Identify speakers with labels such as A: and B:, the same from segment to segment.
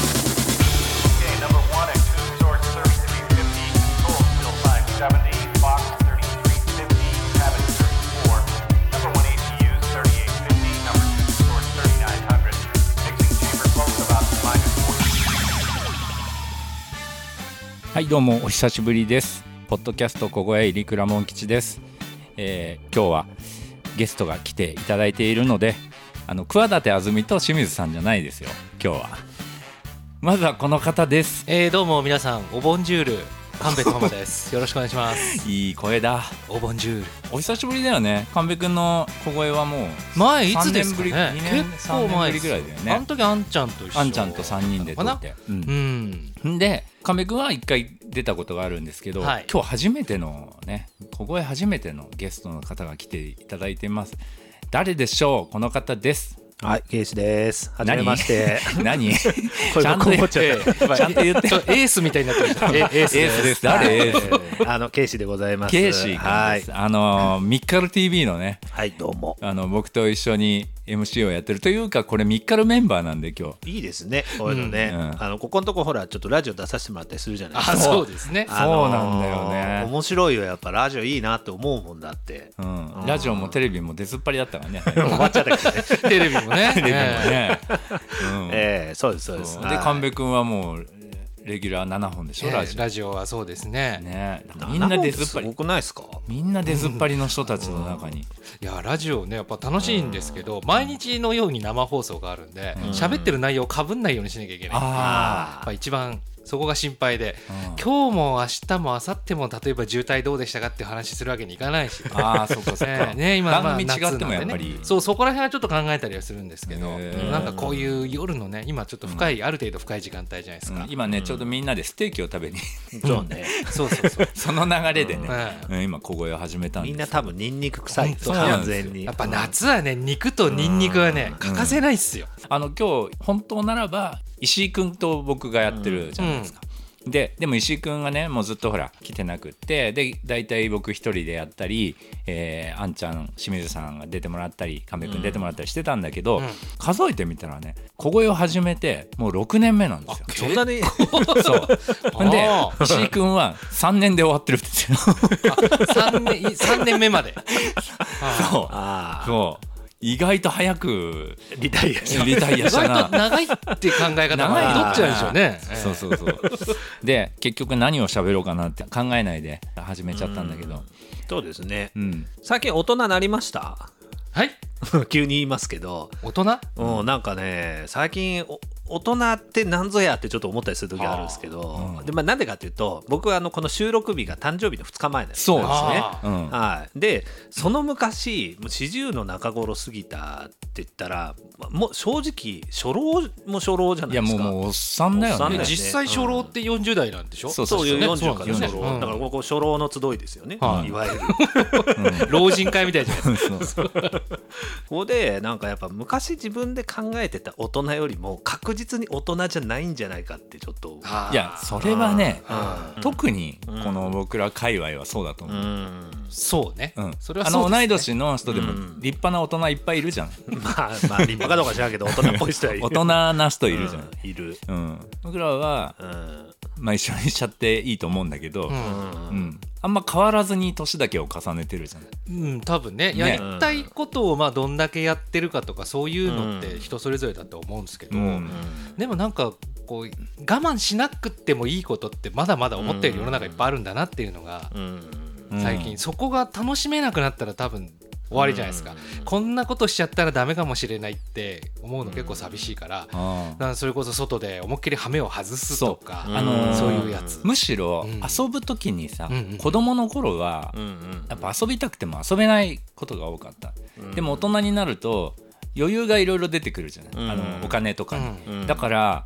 A: Okay, number one at Coon Resort, serving to be 50, control still 570, Fox 3350, Cabin 34, number one ACU 3850, number two Resort 3900, mixing chamber close about minus 40.
B: はいどうもお久しぶりですポッドキャスト小声入りくらもん吉です、えー今日はゲストが来ていただいているのであの桑舘あずみと清水さんじゃないですよ今日はまずはこの方です
C: えー、どうも皆さんおボンジュール神戸智 ですよろしくお願いします
B: いい声だ
C: おボンジュール
B: お久しぶりだよね神戸くんの小声はもう
C: 前いつですか
B: 三年ぶ
C: ね
B: り二年
C: 結構前で
B: 三
C: す
B: 年ぶりぐらいだよね
C: あの時あんちゃんと一緒
B: あんちゃんと3人で撮
C: なの
B: っ
C: かな
B: て、うん
C: うん
B: で亀くんは1回出たことがあるんですけど、
C: はい
B: 今日初めてのね小声初めてのゲストの方が来ていただいてます誰でしょうこの方です
D: はい、ケイシです。はじめ まして。
B: 何ち
D: 声
B: ゃ
D: が
B: ん
D: ことも
B: 言
D: っ
B: っ
D: ちゃ
B: て
D: っ
B: ちゃんと言って
C: ちょエースみたいになってましたえエース
B: エースです誰エース
D: た。あの、ケイシでございます。
B: ケイシー君です、
D: はい。
B: あのミッカル TV のね
D: はい、どうも。
B: あの僕と一緒に MC をやってるというかこれミッカルメンバーなんで今日
D: いいですね、こういうのね。
B: うんうん
D: あの、ここのとこほら、ちょっとラジオ出させてもらったりするじゃないです
C: あ
D: か。
C: そうですね
D: あの
B: そう
D: ー
B: なんだよね
D: 面白いよ、やっぱラジオいいなって思うもんだって。
B: うん、ラジオもテレビも出ずっぱりだったからね。
D: 終わっちゃったけどね。
C: テレビもね
B: テレビも
C: え
B: ね。うん
D: ええそうです、そうです。
B: そう
D: は
B: で
D: い
B: 神戸君はもうレギュラー7本でしょ、
C: ー
B: ラジオ
C: ラジオはそうですね
B: ねみん
D: みん
B: な
D: な
B: 出
D: で
B: ずっ
D: す
B: ぱ
D: ご
B: り
D: くないですか
B: みんな出ずっぱりの人たちの中に、
C: いやラジオねやっぱ楽しいんですけど、毎日のように生放送があるんで
B: うん
C: 喋、ってる内容をかぶんないようにしなきゃいけない
B: あ
C: やっぱ一番そこが心配で、
B: うん
C: 今日も明日も明後日も例えば渋滞どうでしたかっていう話するわけにいかないし、
B: ああそう かそう
C: ね
B: か、
C: ね、今
B: 番組
C: まあ夏な
B: 違
C: ん
B: っ
C: で
B: ても
C: ね
B: やっぱり、
C: そうそこら辺はちょっと考えたりはするんですけど
B: へー
C: なんかこういう夜のね今ちょっと深い、ある程度深い時間帯じゃないですか、
B: うん今ね、ちょうどみんなでステーキを食べに
D: そうね。
C: そうそうそう
B: その流れでね、
C: うん
B: うん今小声を始めたん
D: みん
B: で
D: な
B: す
D: 多分ニンニク臭いです
B: そうなん
D: 完
B: ですよ
D: 全に。
C: やっぱ夏はね肉とニンニクはね欠かせないっすよ、
B: あの今日本当ならば石井君と僕がやってるじゃないですか、ででも石井君がねもうずっとほら来てなくってで大体僕一人でやったり、えーあんちゃん清水さんが出てもらったり亀井君出てもらったりしてたんだけど、
C: うん
B: 数えてみたらね小声を始めてもう6年目なんですよ。
D: そんな に。
B: そうほんで
C: あー
B: 石井君は3年で終わってるって言ってる
C: 3, 年い三年目 まであ
B: そう
D: ああ。
B: そう意外と早く
D: リタイアし
B: リタイ
C: ー
B: アした
C: 意
B: な
C: 外と長いって考え方
B: 長い
C: が
B: な
C: どっちなんでしょうね、ええ
B: そうそうそう。で、結局何を喋ろうかなって考えないで始めちゃったんだけど。
D: そうですね
B: う。ん。
D: 最近大人なりました
C: はい
D: 急に言いますけど、
C: 大人
D: うん、なんかね最近お大人って何ぞやってちょっと思ったりする時あるんですけど、
B: うん
D: でまあ、なんでかっていうと僕はあのこの収録日が誕生日の2日前なんです
B: そうですね
C: あ。
B: う
C: ー
B: ん。
D: はい、でその昔もう40の中頃過ぎたって言ったらもう正直初老も初老じゃないい
B: や、
D: です
B: も
D: か
B: う、もうおっさんだよ
D: おっさん
B: ね
D: だよ。ね
C: 実際初老って40代なんでしょ、
B: そう
D: そういう40から
B: そう
D: 初
B: そ
D: 老、
B: う
C: うん
D: だからここ初老の集いですよね、
C: はい
D: い、わゆる
C: 老人会みたいじゃないですか
D: ここでなんかやっぱ昔自分で考えてた大人よりも確実に大人じゃないんじゃないかってちょっと
B: いや、それはね、
D: あ
B: 特にこの僕ら界隈はそうだと
D: う
B: 思う。
D: ん
C: そうね、
B: うん、
C: それは
B: あ
C: そ
B: の
C: うですね
B: 同い年の人でも
D: うん
B: 立派な大人いっぱいいるじゃん、
D: まあまあ立派かどうか知らんけど大人っぽい人はいる
B: 大人な人いるじゃん、
D: うんいる
B: うん僕らは、
D: うん
B: まあ、一緒にしちゃっていいと思うんだけど、
C: うん
B: うんあんま変わらずに年だけを重ねてるじゃん
C: うん、多分ね
B: ね
C: やりたいことをまあどんだけやってるかとかそういうのって人それぞれだと思うんですけど、
B: うん
C: でもなんかこう我慢しなくってもいいことってまだまだ思ったより世の中いっぱいあるんだなっていうのが
D: うん
B: うん
C: 最近そこが楽しめなくなったら多分終わりじゃないですか、こんなことしちゃったらダメかもしれないって思うの結構寂しいから、
B: あー
C: だからそれこそ外で思いっきり羽目を外すとか
D: そ
C: そうう,、
D: あ
B: のー
C: いうやつ、
B: むしろ
C: うん
B: 遊ぶ時にさ、
C: うんうん
B: 子供の頃は
D: うんうん
B: やっぱ遊びたくても遊べないことが多かった、でも大人になると余裕がいろいろ出てくるじゃない、
D: うん
B: あのお金とかに、
D: うんうん
B: だから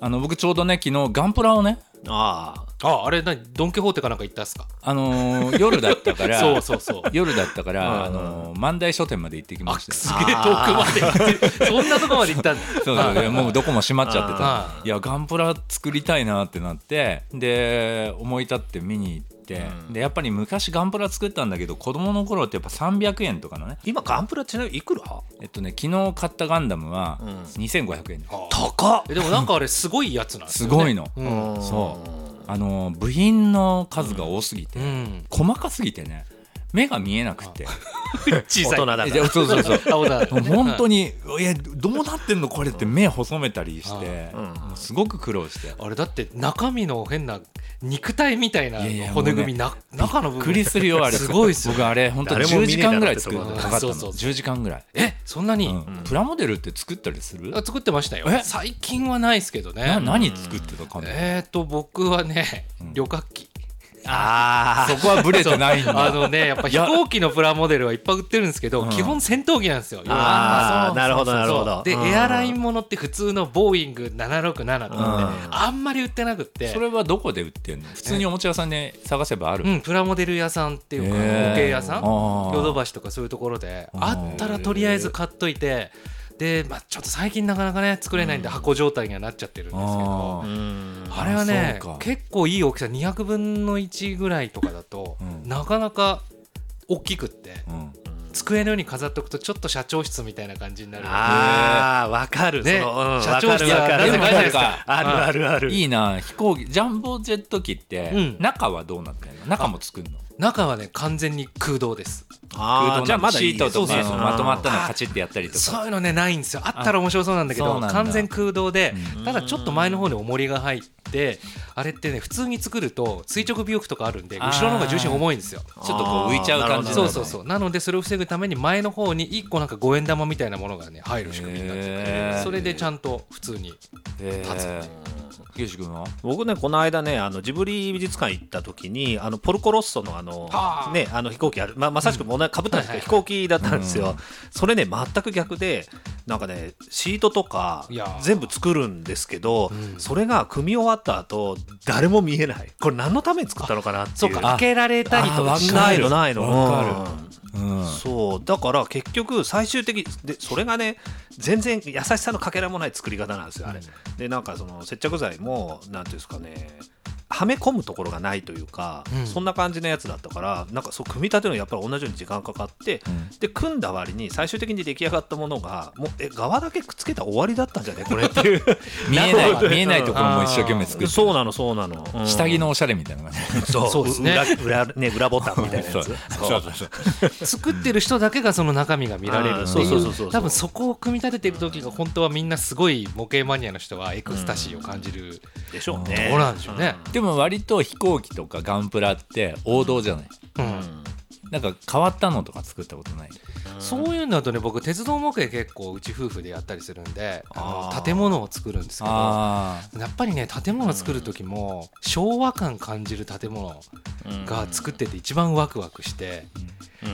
B: あの僕ちょうどね昨日ガンプラをね
D: あ
C: ああれ何ドン・キホーテかなんか行ったっすか
B: あのー夜だったから
C: そうそうそう
B: 夜だったから、
D: うんうん
B: あのー万代書店まで行ってきましたよ
C: すげえ遠くまで行 ってそんなとこまで行ったんだ
B: そうそういやもうどこも閉まっちゃって
C: あ
B: たいやガンプラ作りたいなってなってで思い立って見に行っって、
D: うん
B: でやっぱり昔ガンプラ作ったんだけど子供の頃ってやっぱ300円とかのね
D: 今ガンプラちなみにいくら
B: えっとね昨日買ったガンダムは
D: うん
B: 2500円、
C: あー
D: 高っ
C: えでもなんかあれすごいやつなんです
B: す
C: よね
B: ごいの、
C: うん
B: そうあの部品の数が多すぎて、
C: うん
B: 細かすぎてね目が見えなくて
D: 小さい大人だか
B: え
D: ら
B: そう そうそう
C: あ、小田
B: もう本当に「いやどうなってんのこれ」って目細めたりして、
D: うん
B: もうすごく苦労して
C: あれだって中身の変な肉体みたいない
B: やいや
C: 骨組みな中の
B: び
C: 部
B: っ
C: 分
B: くりするよあれ
C: すごいっすよ
B: 僕あれ本当
D: 誰も
B: 10
D: 見ね
B: 時
D: えだろ
B: 間ぐらい作る
D: っ
B: の
D: て
B: か
D: とこ
B: かったの
C: そうそう
B: 10時間ぐらい、
C: えそんなに、
B: うんプラモデルって作ったりする
C: あ作ってましたよ
B: え
C: 最近はないですけど
B: な
C: ね
B: 何作ってたかも、
C: えっ、ー、と僕はね、
B: うん
C: 旅客機
D: あ
B: そこはブレてないん
C: あ
B: だ
C: のねやっぱ飛行機のプラモデルはいっぱい売ってるんですけど、
B: うん
C: 基本戦闘機なんですよ
D: あ
C: 要は
D: ーなるほどなるほ
C: そ
D: ど
C: うで、
D: うん
C: エアラインものって普通のボーイング767とかね、
D: うん
C: あんまり売ってなくって
B: それはどこで売ってんの普通におもちゃ屋さんで探せばある、
C: うん、プラモデル屋さんっていうか
B: へ
C: 模
B: ー
C: 型屋さん
B: あー
C: ヨドバシとかそういうところで
B: あ
C: あ
B: ー
C: ったらとりあえず買っといてで、まあ、ちょっと最近なかなかね作れないんで箱状態にはなっちゃってるんですけ
B: あ
C: ど
B: ー
D: うん
C: あれはね
B: そうか
C: 結構いい大きさ200分の1ぐらいとかだと
B: うん
C: なかなか大きくって
B: うん
C: 机のように飾っておくとちょっと社長室みたいな感じになる
D: あーわかる
C: ね
D: そのうん
C: 社長
D: わか
C: 室
D: るわか
C: はな
D: る
C: ぜか
B: い
C: じ
B: ない
C: ゃないで
B: ですす
C: か
B: か
D: あるあるある
B: いいな飛行機ジャンボジェット機って、
C: うん
B: 中はどうなってんの中も作るの
C: 中はね完全に空洞です
D: あーじゃあまだい
B: シ
D: い
B: ートと
D: そう
B: か
D: そうそう
B: まとまったのカチッてやったりとか
C: そういうのねないんですよあったら面白そうなんだけ
B: あ
C: ど
B: そうなんだ
C: 完全空洞で、
D: うん
C: ただちょっと前の方に重りが入ってあれってね普通に作ると垂直尾翼とかあるんで
B: あー
C: 後ろの方が重心重いんですよ
B: ちょっとこう浮いちゃう感じ
D: あーなるほど
C: そうそうそうなのでそれを防ぐために前の方に1個なんか五円玉みたいなものがね入る仕組みになって
B: へ
C: て
B: ー
C: それでちゃんと普通に
B: え
C: 立つ
B: ーよし君は
D: 僕ねこの間ねあのジブリ美術館行った時にあのポルコロッソのあの
C: はあ
D: ねあの飛行機あるままさしくもうかぶったんですけど、
C: はい
D: 飛行機だったんですよ、それね全く逆でなんかねシートとか
C: いやー
D: 全部作るんですけど、
C: うん
D: それが組み終わった後誰も見えないこれ何のために作ったのかなっていう
C: そうか開けられたりと
B: あ
C: か
B: ー
C: し
B: わ
C: な
B: か
D: ない
B: る
D: のないの
B: わか
D: うん
B: うん
D: そうだから結局最終的でそれがね全然優しさのかけらもない作り方なんですよあれ、でなんかその接着剤もなんていうんですかねはめ込むところがないというか、
C: うん
D: そんな感じのやつだったからなんかそう組み立てるのやっぱり同じように時間かかって、
B: うん
D: で組んだ割に最終的に出来上がったものがもうえ側だけくっつけたら終わりだったんじゃねこれっていう
B: 見え
D: なる
B: な
D: ほ
B: い
D: ど
B: 見えないところも一生懸命作って
D: そうなのそうなの、うん
B: 下着のおしゃれみたいな 感じ
D: そう
C: そうですね
D: 裏裏,、ね、裏ボタンみたいなやつ
B: そうそうそう
C: 作ってる人だけがその中身が見られるって
B: あー
C: い
B: そうそう
D: そうそう
C: う多分そこを組み立ててる時が本当はみんなすごい模型マニアの人はエクスタシーを感じる
D: でしょう
C: と
D: ね
C: ころなんでしょうね。
B: でも割と飛行機とかガンプラって王道じゃない
C: うん
B: なんか変わったのとか作ったことない
C: そういうのだとね僕鉄道模型結構うち夫婦でやったりするんであ
D: あー
C: の建物を作るんですけどや
B: あ
C: っぱりね建物作る時も昭和感感じる建物が作ってて一番ワクワクして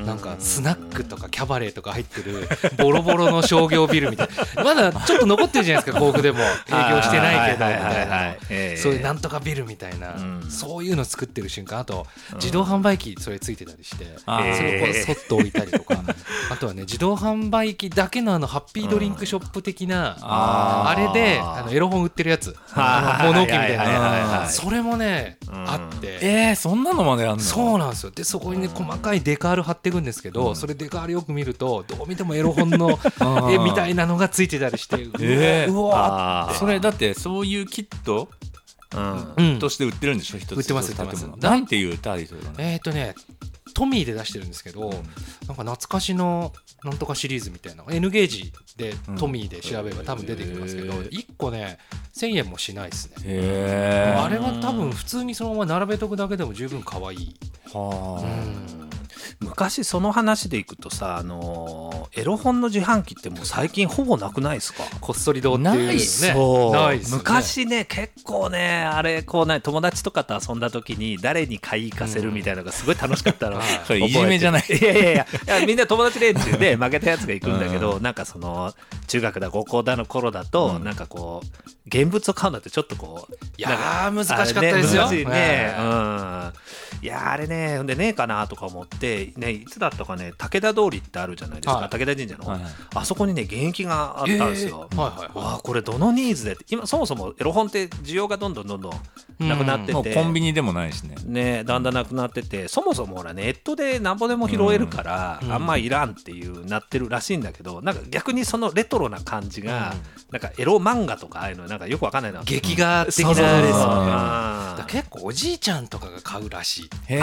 C: なんかスナックとかキャバレーとか入ってるボロボロの商業ビルみたいなまだちょっと残ってるじゃないですか甲府でも営業してないけどみたいな。
D: な
C: そういうなんとかビルみたいな、
D: うん
C: そういうの作ってる瞬間あと自動販売機それついてたりして、
B: あー
C: それをこうそっと置いたりと かあとはね自動販売機だけのあのハッピードリンクショップ的な、
B: あ
C: あ
D: ー
C: れであのエロ本売ってるやつ
D: はい
C: あの物置みたい
D: はい
B: はいはい
C: な
B: はい
C: それもね、
D: ん
C: あって。
B: えーそんなのまであんの
C: そうなんですよでそこにね細かいデカール貼っていくんですけど、それデカールよく見るとどう見てもエロ 本の絵みたいなのがついてたりしてうわ,、
B: えー
C: うわ
D: あ
B: それだってそういうキット
D: うん
C: うん
B: として売ってるんでしょ一つ
C: 売ってます
B: 一つの建
C: 売ってま
B: 物
C: す
B: なんていうタイトルなの
C: えっ、ー、とねトミーで出してるんですけど、なんか懐かしのなんとかシリーズみたいな N ゲージでトミーで調べれば多分出てきますけど、
B: うんへー
C: 1個ね1000円もしないですね、
B: へー
C: あれは多分普通にそのまま並べとくだけでも十分可愛い、
B: はあ
D: 昔その話でいくとさあのーエロ本の自販機ってもう最近ほぼなくないですか
C: こっそり堂っていう
B: ないっす
C: ね
D: そう
C: ないっすよね
D: 昔ね結構ねあれこうね友達とかと遊んだ時に誰に買い行かせるみたいなのがすごい楽し かったの、
C: うん
B: それいじめじゃない
D: 覚えてるいやいやいやいやみんな友達連中で負けたやつが行くんだけど、なんかその中学だ高校だの頃だと、なんかこう現物を買うのってちょっとこう
C: いやー難しかったですよ
D: あれね難しいね、
C: う
D: うんいやーあれねほんでねえかなとか思ってねいつだったかね武田通りってあるじゃないですか、
C: はい
D: 武田神社の、
B: はいはい
D: あそこにね現役があったんですよ、
C: えーはいはいはい
D: わあこれどのニーズでって今そもそもエロ本って需要がどんどんどんどんなくなってて、
B: もうコンビニでもないしね
D: ね、だんだんなくなっててそもそもほらネットでなんぼでも拾えるから、
C: うん
D: あんまいらんっていうなってるらしいんだけどなんか逆にそのレトロな感じが、なんかエロ漫画とかああいうのなんかよくわかんないな
C: 劇画的
D: そうそうそう
C: なあれですよ
B: そうそうそう
C: ねだから
D: あー
C: 結構おじいちゃんとかが買うらしい
B: へえ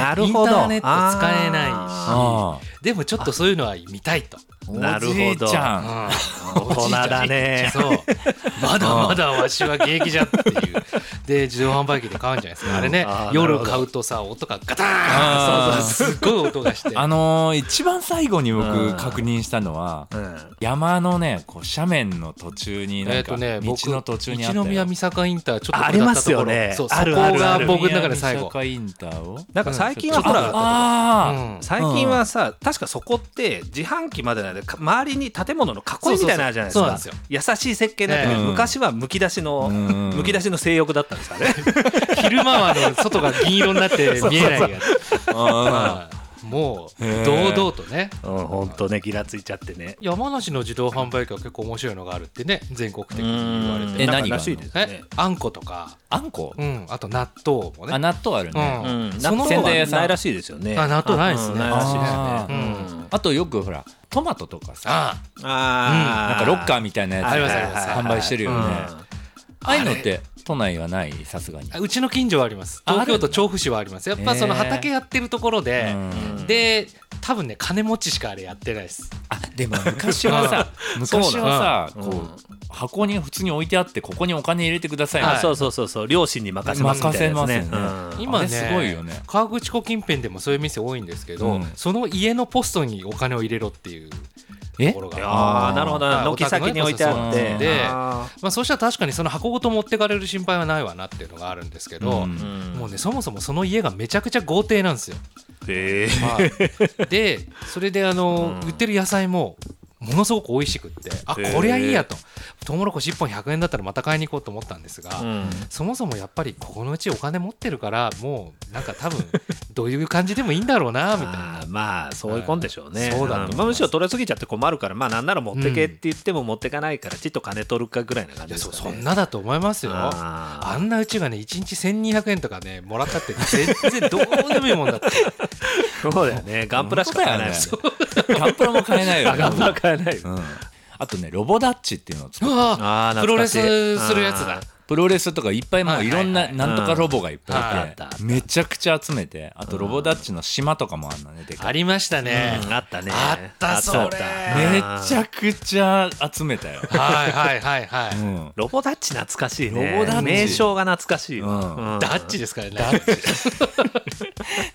D: なる
C: インタ
D: ほど
C: ーネット使えな
B: あ
C: いしでもちょっとそういうのは見たいと、
B: お
D: なるほど
B: じいちゃん
C: うん
D: 大人だね
C: そうまだまだわしは現役じゃんっていうで自動販売機で買うんじゃないですかあれね
D: あーなる
C: 夜
D: ほど
C: 買うとさ音がガタ
B: あ
C: ー
B: ー
C: ンそうそうすっごい音がして
B: あのー一番最後に
D: う
B: 僕
D: ん
B: 確認したのは
D: うん
B: 山のねこう斜面の途中に
C: え
B: な
C: っ
B: んか
C: と
B: 道
C: ね僕
B: の途中にあった
C: 一宮三坂インターちょっと
D: ありますよね
C: 下ったところそう
D: あるある
C: そこ
D: あ
C: が
D: る
C: 僕の中で最後
B: 社会インターを
D: なんか最近
C: う
D: は
C: んちょ
D: ほ
C: っと
D: ら
B: ああ、
C: うん
D: 最近はさ、確かそこって自販機までなんでか周りに建物の囲いみたいなのあるじゃないです
C: そうそうそうそうな
D: か
C: んですよ
D: 優しい設計になってて、
B: ええ
D: 昔はむき出しの、
B: うん
D: むき出しの性欲だったんですか ね
C: 昼間はあの外が銀色になって見えないやつ
B: あ
C: はいもう
B: へー
C: 堂々とね
D: うん本当ねギラついちゃってね
C: 山梨の自動販売機は結構面白いのがあるってね全国的に言われ
B: ん
C: て
B: え何
C: え
B: があるの
D: らしいですね
C: あんことか、
B: あんこ、
C: うん、あと納豆もね
B: あ納豆あるね、
C: うん
D: うん
C: その
D: 納
B: 方
D: 豆
B: が
D: はないらしいですよね
C: あ納豆ないですね
D: うんないらしいですね、うん
B: あとよくほらトマトとかさ
C: あ
D: あー
B: なんかロッカーみたいなやつ
C: ありますあります
B: 販売してるよね、
C: うん
B: ああいうのって都内はないさすがに、
C: うちの近所はあります
B: あ
C: 東京
B: あるんだ
C: 都調布市はありますやっぱその
B: へー
C: 畑やってるところで、
B: うん
D: うん
C: で多分ね金持ちしかあれやってない です
B: あでも昔は さ昔はさ
D: そうなの
B: こ
D: う
B: う箱に普通に置いてあってここにお金入れてくださいみ
D: あ
B: たいな
D: そうそうそうそう両親に任せますみたいなやつね
B: 任せますよね
D: うん
C: 今
B: あ
C: ね
B: れすごいよね
C: 河口湖近辺でもそういう店多いんですけど、
B: うん
C: その家のポストにお金を入れろっていうと
B: え
C: ころが
D: いや
B: あ
D: ー
B: ー
D: なるほど
C: あー
D: 軒先に置いてあっ
B: お宅のやつはそう
D: て
C: で
D: あ
C: まあ、そうしたら確かにその箱ごと持ってかれる心配はないわなっていうのがあるんですけど、
B: うん
D: ーうん
C: もうねそもそもその家がめちゃくちゃ豪邸なんですよ。
D: へー
C: はい、でそれであの、
D: うん
C: 売ってる野菜もものすごく美味しくってあ
D: へー
C: こりゃいいやとトウモロコシ1本100円だったらまた買いに行こうと思ったんですが、
D: うん
C: そもそもやっぱりここのうちお金持ってるからもうなんか多分どういう感じでもいいんだろうなみたいな
D: あーまあそういうこんでしょうね、
C: はいそうだと思います
D: んまあ、むしろ取れすぎちゃって困るからまあなんなら持ってけって言っても持ってかないからちっと金取るかぐらいな感
C: い
D: じ
C: や
D: です
C: そ
D: か、ね、
C: そんなだと思いますよ。
D: あー
C: あんなうちがね1日1200円とかねもらったって全然どうでもいいもんだ って
D: そうだよねガンプラしか買えないよね
B: 本ガンプラも買えないよ
D: あ
B: ね
D: ガンプラ買えないよ
B: うんあとねロボダッチっていうのを作っ
C: あ
D: あー
C: プロ
D: 懐か
C: レ
D: しい
C: スするやつだ
D: あー
B: プロレスとかいっぱいもういろん
C: は
B: ないなんとかロボがいっぱ
C: はい
D: い
B: い
D: あったあってた
B: めちゃくちゃ集めてあとロボダッチの島とかもあんなねでか
C: あ
B: い
C: りましたね、
D: うんあったね
C: あったそれ
D: あった
B: め
D: あった
B: ちゃくちゃ集めたよ、
C: はいはいはいはい、
B: うん、
D: ロボダッチ懐かしいね
B: ロボダッチ
D: 名称が懐かしいわ、
B: うん
C: ダッチですからねダッチ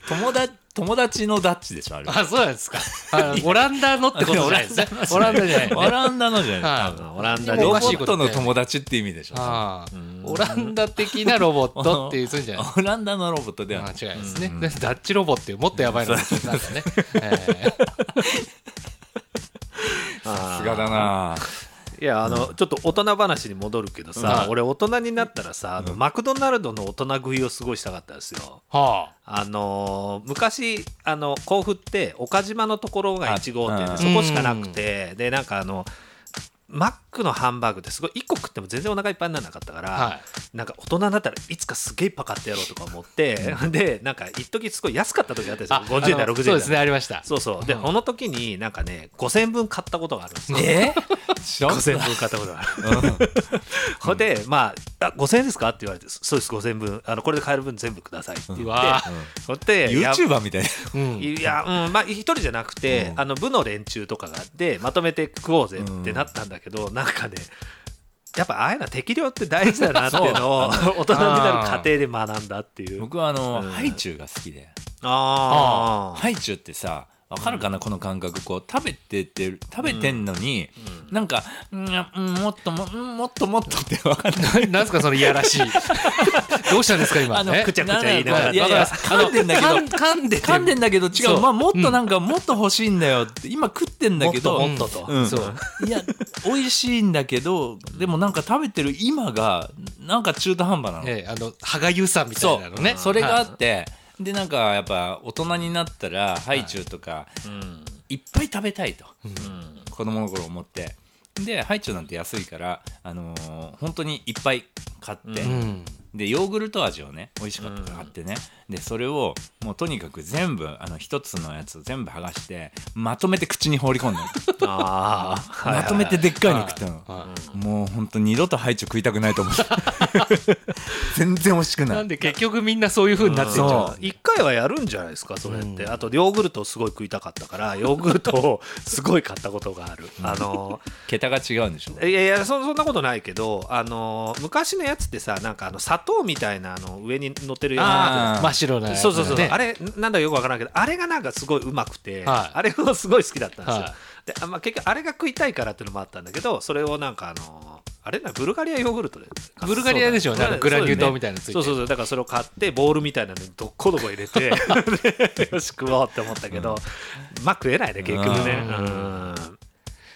B: 友達友達のダッチでしょあれ
C: あそうなんですかあオランダのってことじゃないですねオランダじゃない
B: オランダのじゃない多
C: はい
D: う
B: 分
D: んオランダ
C: で
D: で
C: も
B: ロ
C: お
B: ボ
C: かしい
B: ッ
C: こと
B: ト
C: ね
B: の友達って意味でしょ
C: ああ
D: ん
C: オランダ的なロボットっていうそういうんじゃない
B: オランダのロボットでは
C: あ
B: ない
C: 違いですね、でダッチロボっていうもっとやばいのが聞いたんだね、え
D: さ
B: さすがだない
D: やあの、ちょっと大人話に戻るけどさ、
C: うん
D: 俺大人になったらさあの、マクドナルドの大人食いをすごいしたかったんですよ
C: ーは
D: あのー昔あの甲府って岡島のところが1号店
B: あ
D: でそこしかなくてでなんかあのマックのハンバーグってすごい1個食っても全然お腹いっぱいにならなかったから、
C: あはい
D: なんか大人になったらいつかすげえパカってやろうとか思って でなんか一時すごい安かった時あったんですよ
C: あ
D: 50円だ
C: あの
D: 60円だ
C: そうですねありました
D: そうそうで、この時になんかね5000分買ったことがあるんです よ
B: えちょっ
D: 5000分買ったことがある
B: と
D: ほんで、まあ、あ5000円ですかって言われて、そそうです、5000円分、あのこれで買える分全部くださいって言って、
C: うわ
D: ほんで、いや
B: YouTuber みたいな
C: うん
D: いや、うん、まあ、一人じゃなくて、
B: うん
D: あの部の連中とかがあって、まとめて食おうぜってなったんだけど、なんかね、やっぱああいうのは適量って大事だなっていうの を、大人になる過程で学んだっていう。
B: 僕はあの
D: うん
B: ハイチュウが好きで
D: あ
B: ハイチュウってさわかるかなこの感覚こう食べてて食べてんのになんかうんうんもっともうんもっともっとってわかんない
C: なんですかそのいやらしいどうしたんですか今
B: あの
C: ね
D: くちゃくちゃ言いながら
B: いやいや噛んでんだけど
C: 噛ん噛んでて
B: 噛んでんだけど違
C: そう
B: うまあもっとなんかもっと欲しいんだよって今食ってんだけど
D: もっともっとと
B: うん
C: そう
B: いや美味しいんだけどでもなんか食べてる今がなんか中途半端なの
C: ええあの歯がゆさみた
B: そ
C: いうなのね
B: それがあ
C: は
B: ってでなんかやっぱ大人になったらハイチュウとか
D: ーうん
B: いっぱい食べたいと
D: うん
B: 子供の頃思ってでハイチュウなんて安いからあのー本当にいっぱい買って
C: いうん
B: でヨーグルト味をね美味しかったのがあってね、でそれをもうとにかく全部あの一つのやつを全部剥がしてまとめて口に放り込んだ の
D: ああ
B: まとめてでっかいの食ったの、
C: は
B: もうほんと二度とハイチュウ食いたく ないと思って全然美味しく
C: い
B: な
C: ないんで結局みんなそういう風になってっちゃう
B: そ
C: ん
B: う
D: 一回はやるんじゃないですかそれって、
C: うん
D: あとヨーグルトをすごい食いたかったからヨーグルトをすごい買ったことがある、あの
B: 桁が違うんでしょ
D: いやいやそそんなことないけどあの昔のやつってさなんかあの砂糖みたいなあの上に乗ってるや
B: あー
C: 真っ白なや
D: つ
C: つ
D: そうそうそう、
C: ね
D: あれなんだかよくわからんけどあれがなんかすごいうまくて、
C: はい
D: あれをすごい好きだったんですよ、
C: はい
D: であまあ、結局あれが食いたいからっていうのもあったんだけどそれをなんかあのあれなブルガリアヨーグルトで
C: ブルガリアでしょうね
D: そうだ
C: あのグラニュー糖みたいなのついて
D: そうそうそうだからそれを買ってボールみたいなのにどっこどこ入 れてでよし食おうって思ったけど、まあ食えないね結局ね
C: う
D: うんん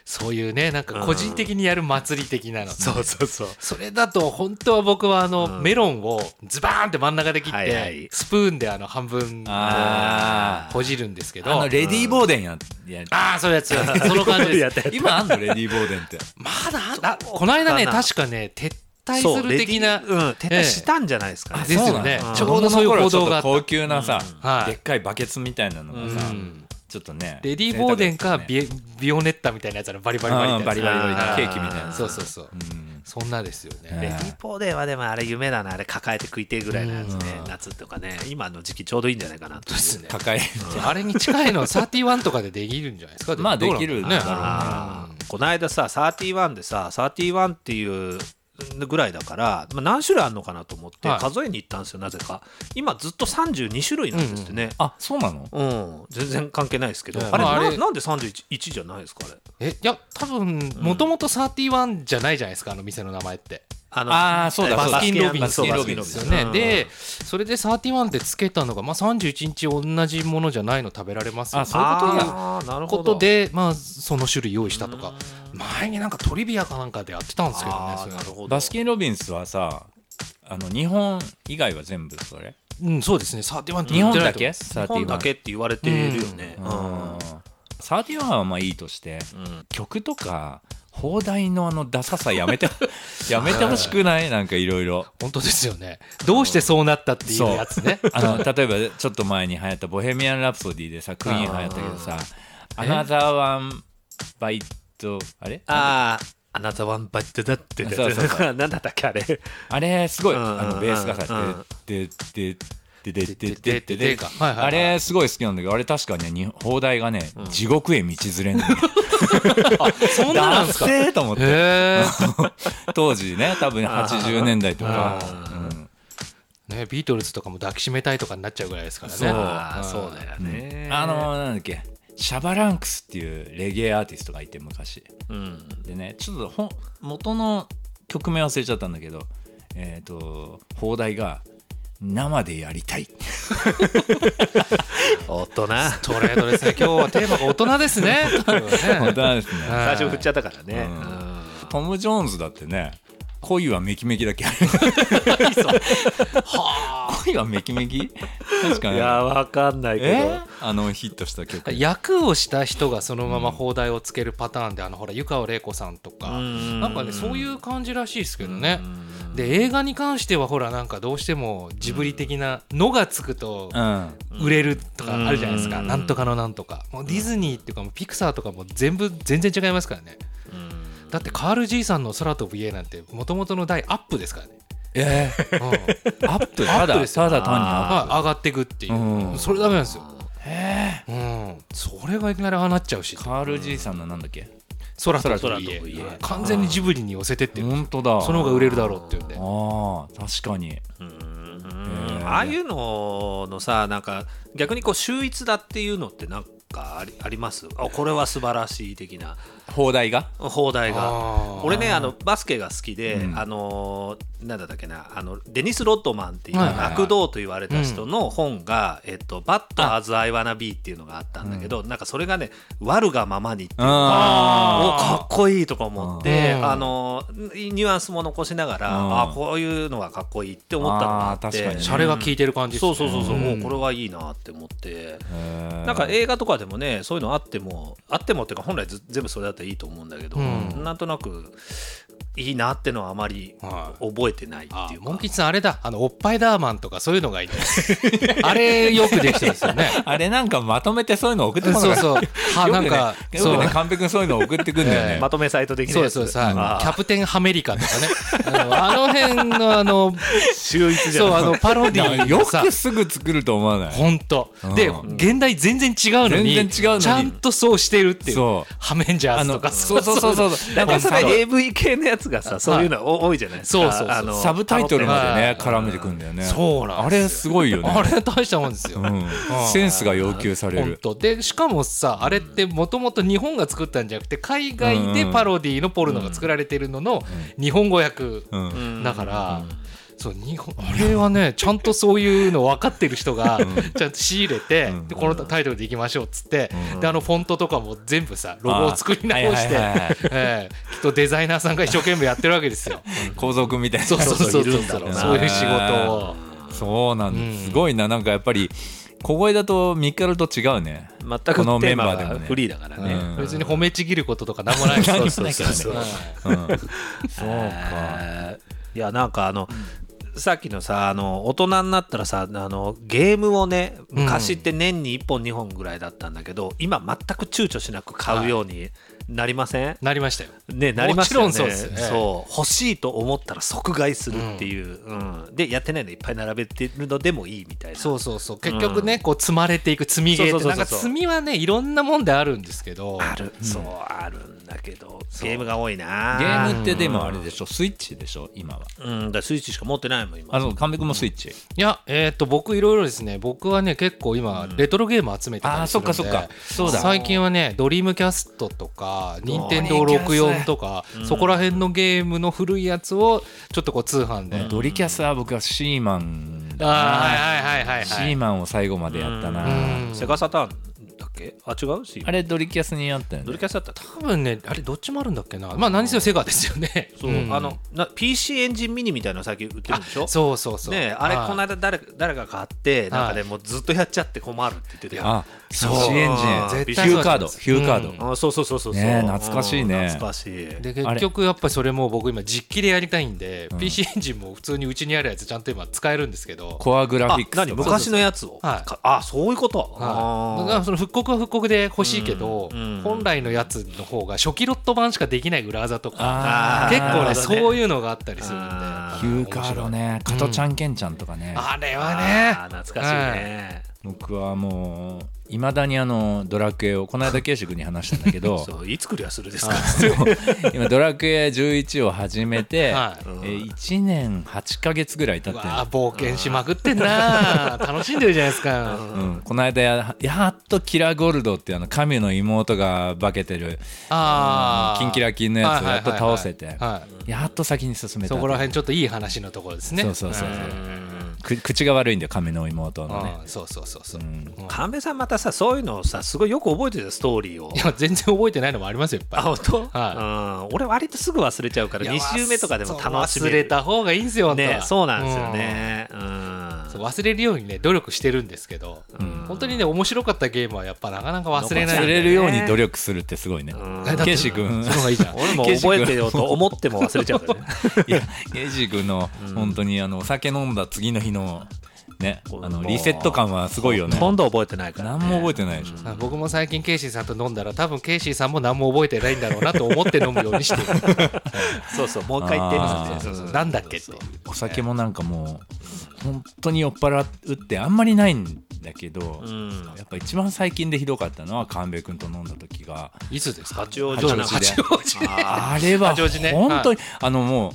C: そういうねなんか個人的にやる祭り的なの、
D: そうそうそう
C: それだと本当は僕はあの、
D: うん
C: メロンをズバーンって真ん中で切って、
D: はいはい
C: スプーンであの半分
B: あー
C: ほじるんですけど
B: あのレディー・ボーデンや,、や
C: ああそういうやつその感 じ
D: や
C: で
D: っ
C: す
D: たやった
B: 今あんのレディー・ボーデンって
C: まだあんあこの間ね
D: かな
C: 確かね撤退
D: そ
C: す
D: う
C: る的な
D: レディーうん、撤退したんじゃないですかね、
C: あですよね
B: あ
D: ち
B: そ
D: ょ
B: う
D: う
B: なの
D: ど
C: そういう報道があった
B: ちょっと高級なさ、
C: はい
B: でっかいバケツみたいなのがさ、
C: うん
B: ちょっとね
C: レディー・ボーデンか
B: エ
C: ビエビオネッタみたいなやつあのバリバリバリってやつ
B: バリバリバリ
C: はい
B: ケーキみたいなやつ
C: そうそうそう、そんなですよね、
B: ね
D: レディーポーデーはでもあれ夢だなあれ抱えて食いてえぐらいのやつね
B: うん
D: 夏とかね今の時期ちょうどいいんじゃないかなという
C: ですね
B: 抱え
C: あれに近いの31とかでできるんじゃないですか
B: まあ
C: どうなん
B: できる
C: ね
B: だろう
D: あーこの間さ31でさ31っていうぐらいだから、まあ、何種類あるのかなと思って
C: はい
D: 数えに行ったんですよ、なぜか今ずっと32種類なんですってね、
B: あそうなの
D: うん全然関係ないですけど、
C: うんま
D: あれ,な、
C: ああれ
D: なんで31じゃないですかあれ
C: えいや多分もともと31じゃないじゃないですかあの店の名前って
D: あ
B: あーそうだ
D: バ
B: そうだ
D: スキンロビン
B: バスキンロビン
D: そ
C: です
D: うバスキ
C: よ
D: ンロ
C: ね
D: ビン
C: でそれで31ってつけたのが、まあ、31日同じものじゃないの食べられますよ
B: あそういうことだ
D: あーなるほ
C: こ
D: ど
C: とで、まあ、その種類用意したとか前になんかトリビアかなんかでやってたんですけどね
D: あ
C: そ
D: ー
C: れ
D: なるほど
B: バスキン・ロビンスはさあの日本以外は全部それ
C: うん、そうですね31って
B: 日
C: 言っ
B: 本
C: てな
B: だ
C: いと
B: け
C: 思う
B: 31
D: 日本だけって言われてるよね、
B: う
D: うんん
B: 31はまあいいとして
D: うん
B: 曲とか放題のあのダサさやめてやめてほしくないなんかいろいろ
C: 本当ですよねどうしてそうなったっていうやつね
B: あの例えばちょっと前に流行った「ボヘミアン・ラプソディ」でさクイーン流行ったけどさ「ア
C: ー
B: ナザー・ワン・バイト」あれ
D: ああ、あなたワンバッテだってね。
B: そうそうそ
D: なんだったっけ、あれ。
B: あれすごい
D: うんうんうん
B: あのベースが
D: う
B: さ
D: ん
B: 「でででででででで
C: で
B: で
C: かはいはいはい
B: あれすごい好きなんだけどあれ確かねに放題がね地獄へ道連れなの
C: そんななんですかへ
B: せーと思って
C: え
B: 当時 ね多分80年代とか
C: ね、ビートルズとかも抱きしめたいとかになっちゃうぐらいですからね
B: そう
D: あー
C: ん
D: そうだよね。
B: あのなんだっけシャバランクスっていうレゲエアーティストがいて昔
D: うん。
B: でねちょっとほん元の曲名忘れちゃったんだけどえっ、と放題が生でやりたい
D: 大人。
C: トレードですね今日はテーマが大人ですね
B: 本当なんですね
D: 最初振っちゃったからね。
B: うん
D: うん
B: トム・ジョーンズだってね恋はメキメキだっ け 恋はメキメキ確か
D: い
B: に
D: や、わかんないけ
B: え
D: ど。
B: あのヒットした曲
C: 役をした人がそのまま放題をつけるパターンであのほら湯川玲子さんとか
D: うん
C: なんかねそういう感じらしいですけどね
D: うん
C: で映画に関してはほらなんかどうしてもジブリ的な「の」がつくと
B: うん
C: 売れるとかあるじゃないですか
D: うん
C: なんとかのなんとかもうディズニーっていうかもうピクサーとかも全部全然違いますからねだってカール爺さんの「空飛ぶ家」なんてもともとの題アップですからね
B: えー
C: うん
B: アップただ
C: ですよ
B: ただ単にアップ
C: はい上がっていくっていう、
B: うん
C: それダメなんですようん、それがいきなりああなっちゃうし
B: カール爺さんのなんだっけ
C: 空飛ぶ
D: 空
C: 家
D: 飛ぶ家
C: はい完全にジブリに寄せてってる
B: 本当だ
C: その方が売れるだろうっていうんで
B: ああ確かに
D: うんああいうののさ、なんか逆にこう秀逸だっていうのってなんかありありますあこれは素晴らしい的な
B: 放題が
D: 放題
C: あ
D: が
C: ー
D: 俺ねあのバスケが好きで、
B: うん
D: あのーなんだったっけなあのデニス・ロッドマンっていう
C: はいはいはい
D: 悪童と言われた人の本が「えっと、バッターズ・アイ・ワナ・ビー」っていうのがあったんだけど、なんかそれがね「悪がままに」っていうおかっこいいとか思って、
C: うん
D: あのニュアンスも残しながら、
B: うん
D: あこういうのがかっこいいって思ったのがあって
B: あー確かにね
C: シャレが効いてる感じです
D: そ
C: ね
D: うそうそうそう、
C: ん
D: もうこれはいいなって思って。
B: うん
D: なんか映画とかでもねそういうのあってもあってもっていうか本来ず全部それだったらいいと思うんだけど、
C: うん
D: なんとなくいいなってのはあまり
C: はい
D: 覚えてないっ
C: あ
D: ていうか、
C: モンキッさんあれだあのおっぱいダーマンとかそういうのがいいんだよ あれよくできてますよね
B: あれなんかまとめてそういうの送ってもら
C: そう
B: う。
C: そう は
B: よ
C: な
B: く
C: ん
B: ね、
C: か
B: よ
C: そう
B: くね、カンペ君そういうの送ってくんだよね。
C: ええ
D: まとめサイト的な
C: そうで
D: や
C: す
D: つ
C: そうですはい
D: あー
C: キャプテンハメリカとかねあのあの辺の あの
D: 秀逸じゃ
C: そ
D: ん
C: うあのパロディー
B: よ
C: のさ
B: くすぐ作ると思わない。
C: 本当
B: うん
C: で現代全然違うのに
B: 全然違うのに
C: ちゃんとそうしてるっていう
B: そう
C: ハメンジャーズとか
B: そうそうそうそうそう。なん
D: なん
B: か
D: か
B: さ
D: さ、AV 系のやつがさそういうのお多いじゃないです
C: そ
D: か
C: うそうそう
D: あの
B: サブタイトルまでね
D: タロ
B: 絡
D: ット
B: めてくんだよね。
C: そうなん
B: あれすごいよね。
C: あれ大したもんですよ、
B: うん、センスが要求され
C: 本
B: る。
C: 当でしかもさあれってもともと日本が作ったんじゃなくて海外でパロディーのポルノが作られてるのの日本語訳
B: うんうん
D: うん
C: だから、そう日本あれはねちゃんとそういうの分かってる人がちゃんと仕入れて、
B: うん
C: でこのタイトルでいきましょうっつって、
D: うん
C: であのフォントとかも全部さロゴを作り直して、
B: あーはいはいはいはい
C: ええきっとデザイナーさんが一生懸命やってるわけですよ。
B: 皇族みたいな。
C: そうそうそう
D: い
C: そう
D: るんだろうな
C: そういう仕事を。
B: そうなんだ、
C: うん
B: すごいななんかやっぱり小声だとミカルと違うね
D: 全くテ
B: このメ
D: ー
B: ンバ
D: マ
B: ーでもね
D: がフリーだからね
B: うん
C: 別に褒めちぎることとかなんもないし
B: 何もない
C: そうそうそう
D: けどね
C: はい
B: うん、そうか
D: えーいやなんかあの、さっきのさあの大人になったらさあのゲームをね昔って年に1本2本ぐらいだったんだけど、今全く躊躇しなく買うようになりません、
C: なりましたよ。
D: ねなりますよね
C: もちろんそうですよね
D: そう欲しいと思ったら即買いするっていう、うんでやってないのいっぱい並べてるのでもいいみたいな
C: そうそうそう結局ね、こう積まれていく積みゲー
D: そ
C: っ
D: う
C: て
D: そ
C: な
D: うそ
C: ん
D: うそう
C: か積みはねいろんなもんであるんですけど
D: ある、そうあるんだけどゲームが多いな
B: ゲームってでもあれでしょスイッチでしょ今は
D: うんだからスイッチしか持ってないもん今
B: あの神戸君もスイッチ、
C: いやえっ、と僕いろいろですね僕はね結構今レトロゲーム集めてたりするんで、
B: あーそっかそっかそうだ
C: 最近はねドリームキャストとか任天堂
B: ドリームキャスト
C: 64とか、そこら辺のゲームの古いやつをちょっとこう通販で、
B: ドリキャスは僕はシーマンだな
C: あーはいはいはいはい
B: シ
C: はい
B: ーマンを最後までやったな、
C: うん
D: セガサターンだっけあ違うし
B: あれドリキャスにあったよ
D: ドリ
B: ね
D: キャスだった
C: 多分ねあれどっちもあるんだっけなまあ何せよセガですよね
D: そう、
C: ん
D: あのな PC エンジンミニみたいなの最近売ってるんでしょ
C: そうそうそう
D: ねえあれ
C: はい
D: この間誰か誰か買ってなんかねもうずっとやっちゃって困るって言ってたよ
B: あそう
D: う
B: シーエンジン
D: 絶
C: 対
B: ヒ
C: そ
B: ュ
C: う
B: ーカードヒューカード、
C: うん
D: あそうそうそうそうそう
B: ねえ懐かしいね
D: うん懐かしい
C: で
B: あれ
C: 結局やっぱりそれも僕今実機でやりたいんで、
B: ん
C: PC エンジンも普通にうちにあるやつちゃんと今使えるんですけど、
B: コアグラ
D: あ
B: フィックス
D: 何
B: とか
D: 昔のやつを
C: はい
D: かあそういうこと
C: はい、だか
D: あ
C: らその復刻は復刻で欲しいけど、
D: うんうん
C: 本来のやつの方が初期ロット版しかできない裏技とか
B: あー
C: 結構ね
D: なるほどね
C: そういうのがあったりするんで
D: あ
B: ヒューカードね加トちゃんケンちゃんとかね、
C: あれは
D: ー
C: ね
D: あー懐かしいね
B: 僕はもういまだにあのドラクエをこの間慶君に話したんだけ ど
D: そういつクリアするですか
B: 今ドラクエ11を始めて、
C: はい
B: えー1年8ヶ月ぐらい経
C: う
B: って
C: わ
B: んの
C: ー冒険しまくってんなー楽しんでるじゃないですか、
B: うん、この間ややっとキラゴルドっていうあの神の妹が化けてる
C: あー
B: キンキラキンのやつをやっと倒せて
C: はいはいはいはいはい
B: やっと先に進めた
C: そこら辺ちょっといい話のところですね
B: そうそうそうそうんく口が悪いんだよ神の妹のね
C: あーそうそうそうそう、
B: ん
C: うん
D: 神戸さんまたさそういうのをさすごいよく覚えてるよストーリーを
C: いや全然覚えてないのもありますよいっぱい
D: あ本当、
C: は
D: うん、俺割とすぐ忘れちゃうから2週目とかでも楽し
C: 忘
D: める
C: れた方がいいんですよ
D: ね
C: 本当は
D: そうなんですよねうん
C: うんそう忘れるようにね努力してるんですけど、
B: ん
C: 本当にね面白かったゲームはやっぱなかなか忘れない
B: 忘れるように努力するってすごいね
D: ん
C: えだって
B: ケイシ君
C: その方がいいじゃん
D: 俺も覚えてようと思っても忘れちゃうからね
B: いや、ゲイジー君の、本当に、あの、お酒飲んだ次の日の、ね、あの、リセット感はすごいよね。
D: ほとんど覚えてないから、
B: 何
D: ね、
B: も覚えてないでしょ。
C: あ僕も最近ケイシーさんと飲んだら多分ケイシーさんも何も覚えてないんだろうなと思って飲むようにしてる
D: そうそうもう一回言ってみ
B: あー
D: てそうそうそう
C: なんだっけっていう
B: お酒もなんかもう、本当に酔っ払うってあんまりないんだけど、
D: ん
B: やっぱ一番最近でひどかったのは神戸君と飲んだ時が、
C: いつですか
D: 八王子
B: な
C: 八王子
B: あれは
C: 八王子ね
B: 本当
C: は
B: に、あのもう、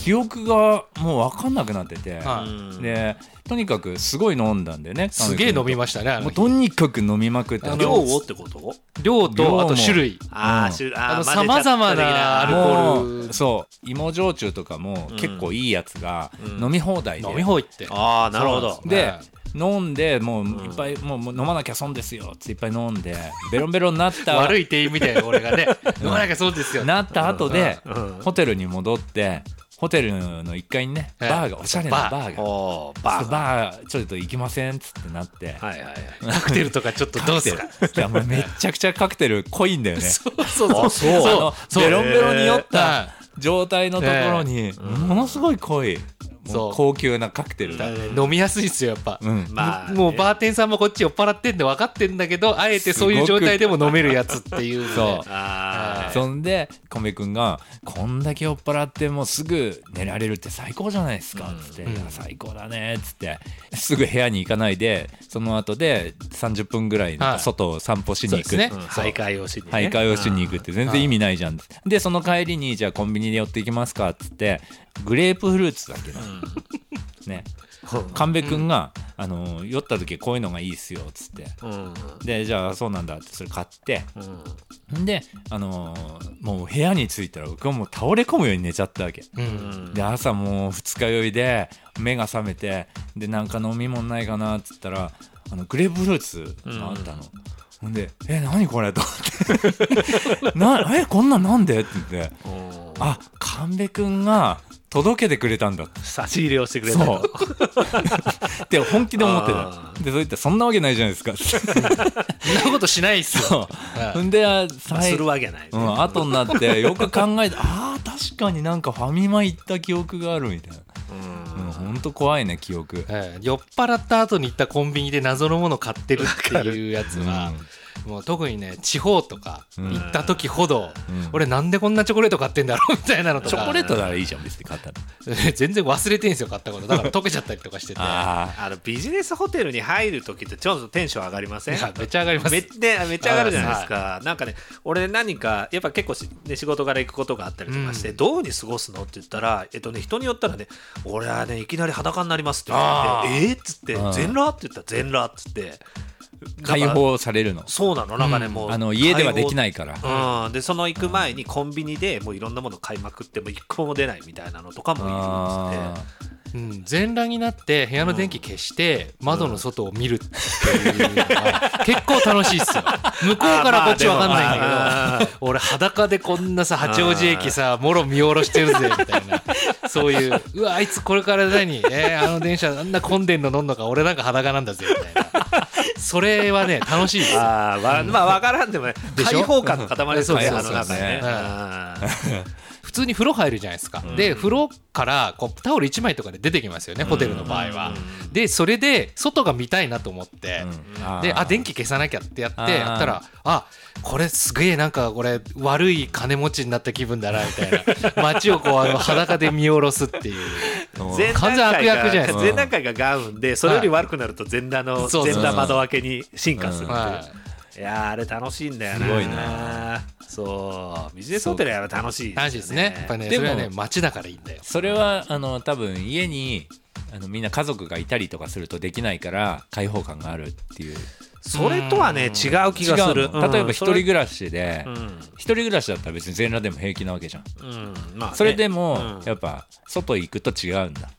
B: 記憶がもう分かんなくなってて、
C: はい
D: うん
B: で、とにかくすごい飲んだんでね、
C: すげえ飲み
B: し
C: ましたねあ
B: た
C: の
B: もう
C: 日
B: とにかく飲みまくって、
C: あの
D: 量をってこと
C: 量とあ
B: 量も
C: と種類
D: あ
B: うん
D: ーしゅあ
C: あの
D: 混ぜちゃった
C: 様々なアルコ
B: も
C: ール
B: うそう芋焼酎とかも結構いいやつが
D: うん
B: 飲み放題で、
C: 飲み放題って
D: ああなるほど
C: そう
B: で
C: はい
B: 飲んでもういっぱい、もうもう飲まなきゃ損ですよっていっぱい飲んでベロンベロンになった
C: 悪い店員みたいな俺が ね飲まなきゃそうですよ
B: なった後で、
D: うん
B: ホテルに戻ってホテルの1階にね
C: はい
B: バーがおしゃれな
C: バ
B: バーが
D: おー
B: バ
D: バ
B: ー
D: ー
B: バーちょっと行きませんっつってなって、
D: はいはいはい
C: カクテルとかちょっとどうすか
B: いやもうめちゃくちゃカクテル濃いんだよね
C: そうそうそう
B: あの
C: そう
B: ベロンベロンに酔った状態のところにものすごい濃い、も
C: そうう
B: 高級なカクテルだ、
C: 飲みやすいっすよやっぱ、
B: うん、
D: まあね
C: もうバーテンさんもこっち酔っ払ってんで分かってんだけどあえてそういう状態でも飲めるやつって いう
B: すご
C: の
B: く
C: ね
D: あー
B: そんで米君が「こんだけ酔っ払ってもうすぐ寝られるって最高じゃないですか」つって「
C: うん
B: いや最高だね」つってすぐ部屋に行かないでその後で30分ぐらい
C: はい
B: 外を散歩し
C: そう
B: に
C: で
B: 行
C: す
B: く
C: ね
D: うん
C: 徘徊をしにね
B: 徘徊をしに行くって全然意味ないじゃんでその帰りにじゃあコンビニで寄っていきますかっつってグレープフルーツだっけな ね神戸君が、あの酔った時こういうのがいいっすよっつって
D: うんうん
B: でじゃあそうなんだってそれ買って
D: うん
B: んで、あのーもう部屋に着いたら僕はもう倒れ込むように寝ちゃったわけ
C: う
D: うんん
B: で朝もう二日酔いで目が覚めてでなんか飲み物ないかなっつったらあのグレープフルーツがあったの、ほんで「え何これ?」と思って「 なえこんなんなんで?」って言って
D: うん
B: 「あ神戸くんが届けてくれたんだ」
D: 差し入れをしてくれた
B: そうって本気で思って
D: あ
B: たでそう言ったら「そんなわけないじゃないですか」
C: そんなことしないっすよ
B: そうほんで最
D: するわけないね
B: うん、後になってよく考えて あー確かになんかファミマ行った記憶があるみたいな、うん、ほんと怖いね記憶
C: ええ酔っ払った後に行ったコンビニで謎のもの買ってるっていうやつは、もう特にね地方とか
B: うん
C: 行った時ほど、
B: うん
C: 俺なんでこんなチョコレート買ってんだろうみたいなのと
B: チ
C: か
B: ョコレートならいいじゃん別に買ったら
C: 全然忘れてんすよ買ったことだから溶けちゃったりとか してて
B: あ
D: あのビジネスホテルに入る時ってちょっとテンション上がりません
C: いやめっちゃ上がります
D: めっねめっちゃ上がるじゃないですか、なんかね俺何かやっぱ結構し、ね、仕事から行くことがあったりとかして、
C: うん
D: どうに過ごすのって言ったら、えっとね、人によったらね俺はねいきなり裸になりますって言われてえっ、っつって
B: うん
D: 全裸って言ったら全裸っつって
B: ー解
D: なんか
B: 放されるの
D: そうなのなんかね、
C: うん
D: もう
B: あの家ではでき
D: い
B: ないから
D: うん、でその行く前にコンビニでもういろんなもの買いまくってもう一個も出ないみたいなのとかもいるん
B: あ
D: ですって
C: うん、全裸になって部屋の電気消して窓の外を見るっていう のが結構楽しいっすよ向こうからこっちわかんないんだけど俺裸でこんなさ八王子駅さもろ見下ろしてるぜみたいなそういううわあいつこれから何、えーあの電車あんな混んでんの乗んのか俺なんか裸なんだぜみたいなそれはね楽しいですよ
D: あー、わまあ分からんでもね
C: でしょ
D: 開放感の塊ですよね
C: うん
D: あの中ね
C: そうそうそう
D: うん
C: 普通に風呂入るじゃないですか、で風呂からこうタオル1枚とかで出てきますよねホテルの場合は、でそれで外が見たいなと思って、
B: あ
C: であ電
B: 気
C: 気消さなきゃってやって
B: あー
C: やったらあこれすげえなんかこれ悪い金持ちになった気分だなみたい な街をこうあの裸で見下ろすっていう
D: 前段
C: 完全
D: 階
C: 悪
D: が
C: 役じゃないです
B: か
D: 前段階がガウンでそれより悪くなると前段の
C: そうそう
D: 前段窓開けに進化するっていう
C: はい
D: やーあれ楽しいんだよね
B: すごい
D: そうビジネスホテルはやっぱ楽しい
C: 楽しいですねやっぱね
B: で
C: そ
B: も
C: れはね街だからいいんだよ
B: それはあの多分家にあのみんな家族がいたりとかするとできないから開放感があるっていう
D: それとはね違う気
B: 違う
D: がする
B: の例えば一人
D: ぐ
B: 暮らしで
D: うん
B: 一人暮らしだったら別に全裸でも平気なわけじゃん
D: うんまあね
B: それでも、
D: うん
B: やっぱ外行くと違うんだ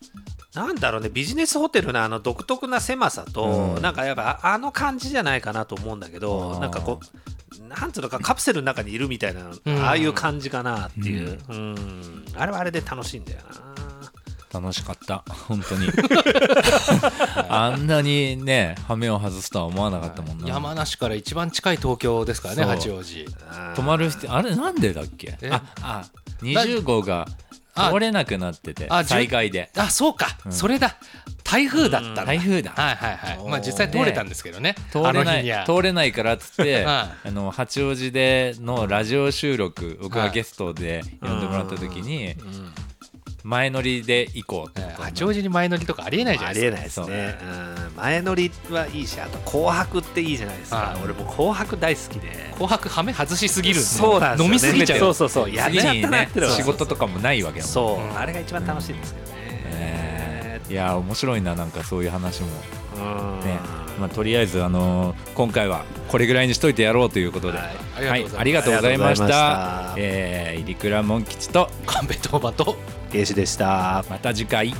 D: なんだろうねビジネスホテルのあの独特な狭さと、
B: うん
D: なんかやっぱああの感じじゃないかなと思うんだけ
B: あ
D: ど
B: ー
D: なんかこうなんつうのかカプセルの中にいるみたいな、
C: うん
D: ああいう感じかなっていう、うんあれはあれで楽しいんだよな
B: 楽しかった本当 にあんなにね羽目を外すとは思わなかったもんな、
C: 山梨から一番近い東京ですからね
B: そう
C: 八王子
B: 止まる必要あれなんでだっけ
C: え
B: ああ20号が
C: あ
B: 通れなくなってて
C: あじゅ
B: 災害で
C: あそうか、それだ台風だったんだ
B: 台風だ、
C: はいはいはいまあ
B: おー
C: 実際通れたんですけどね
B: 通れ
C: あの
B: な
C: 日に
B: い
C: は
B: 通れないからっつって あ
C: は
B: の八王子でのラジオ収録僕が
C: はい
B: ゲストで呼んでもらった時に前乗りで行こうってこと
C: えー
B: になって
C: 八王子に前乗りとかありえないじゃな
D: あ
C: い
D: り
C: で
D: え
C: すか
D: ないです
B: そう
D: ね、うん、前乗りはいいしあと紅白っていいじゃないですか
C: はい
D: 俺もう紅白大好きで
C: 紅白はめ外しすぎるんで
D: そうなんですよね
C: 飲みすぎちゃう
D: そうそうそうやっ
B: 次
D: ちゃっ
B: に
D: たな
B: ね
D: ってのは
B: 仕事とかもないわけだもん
D: そ
C: う
D: う、
C: ん
D: あれが一番楽しいんですけどね、
B: えーいやー面白いななんかそういう話も
D: うん
B: ね、まあ、とりあえず、あのー今回はこれぐらいにしといてやろうということで、
D: はい
B: はいあ
C: あ
B: り
C: り
B: が
C: が
B: と
C: と
B: うござ
C: う
D: ござ
B: い
D: い
B: ま
D: ま
B: し
D: したた
B: えー、イリクラモン吉と
C: 神戸トーバと
D: 原始でした
B: また次回。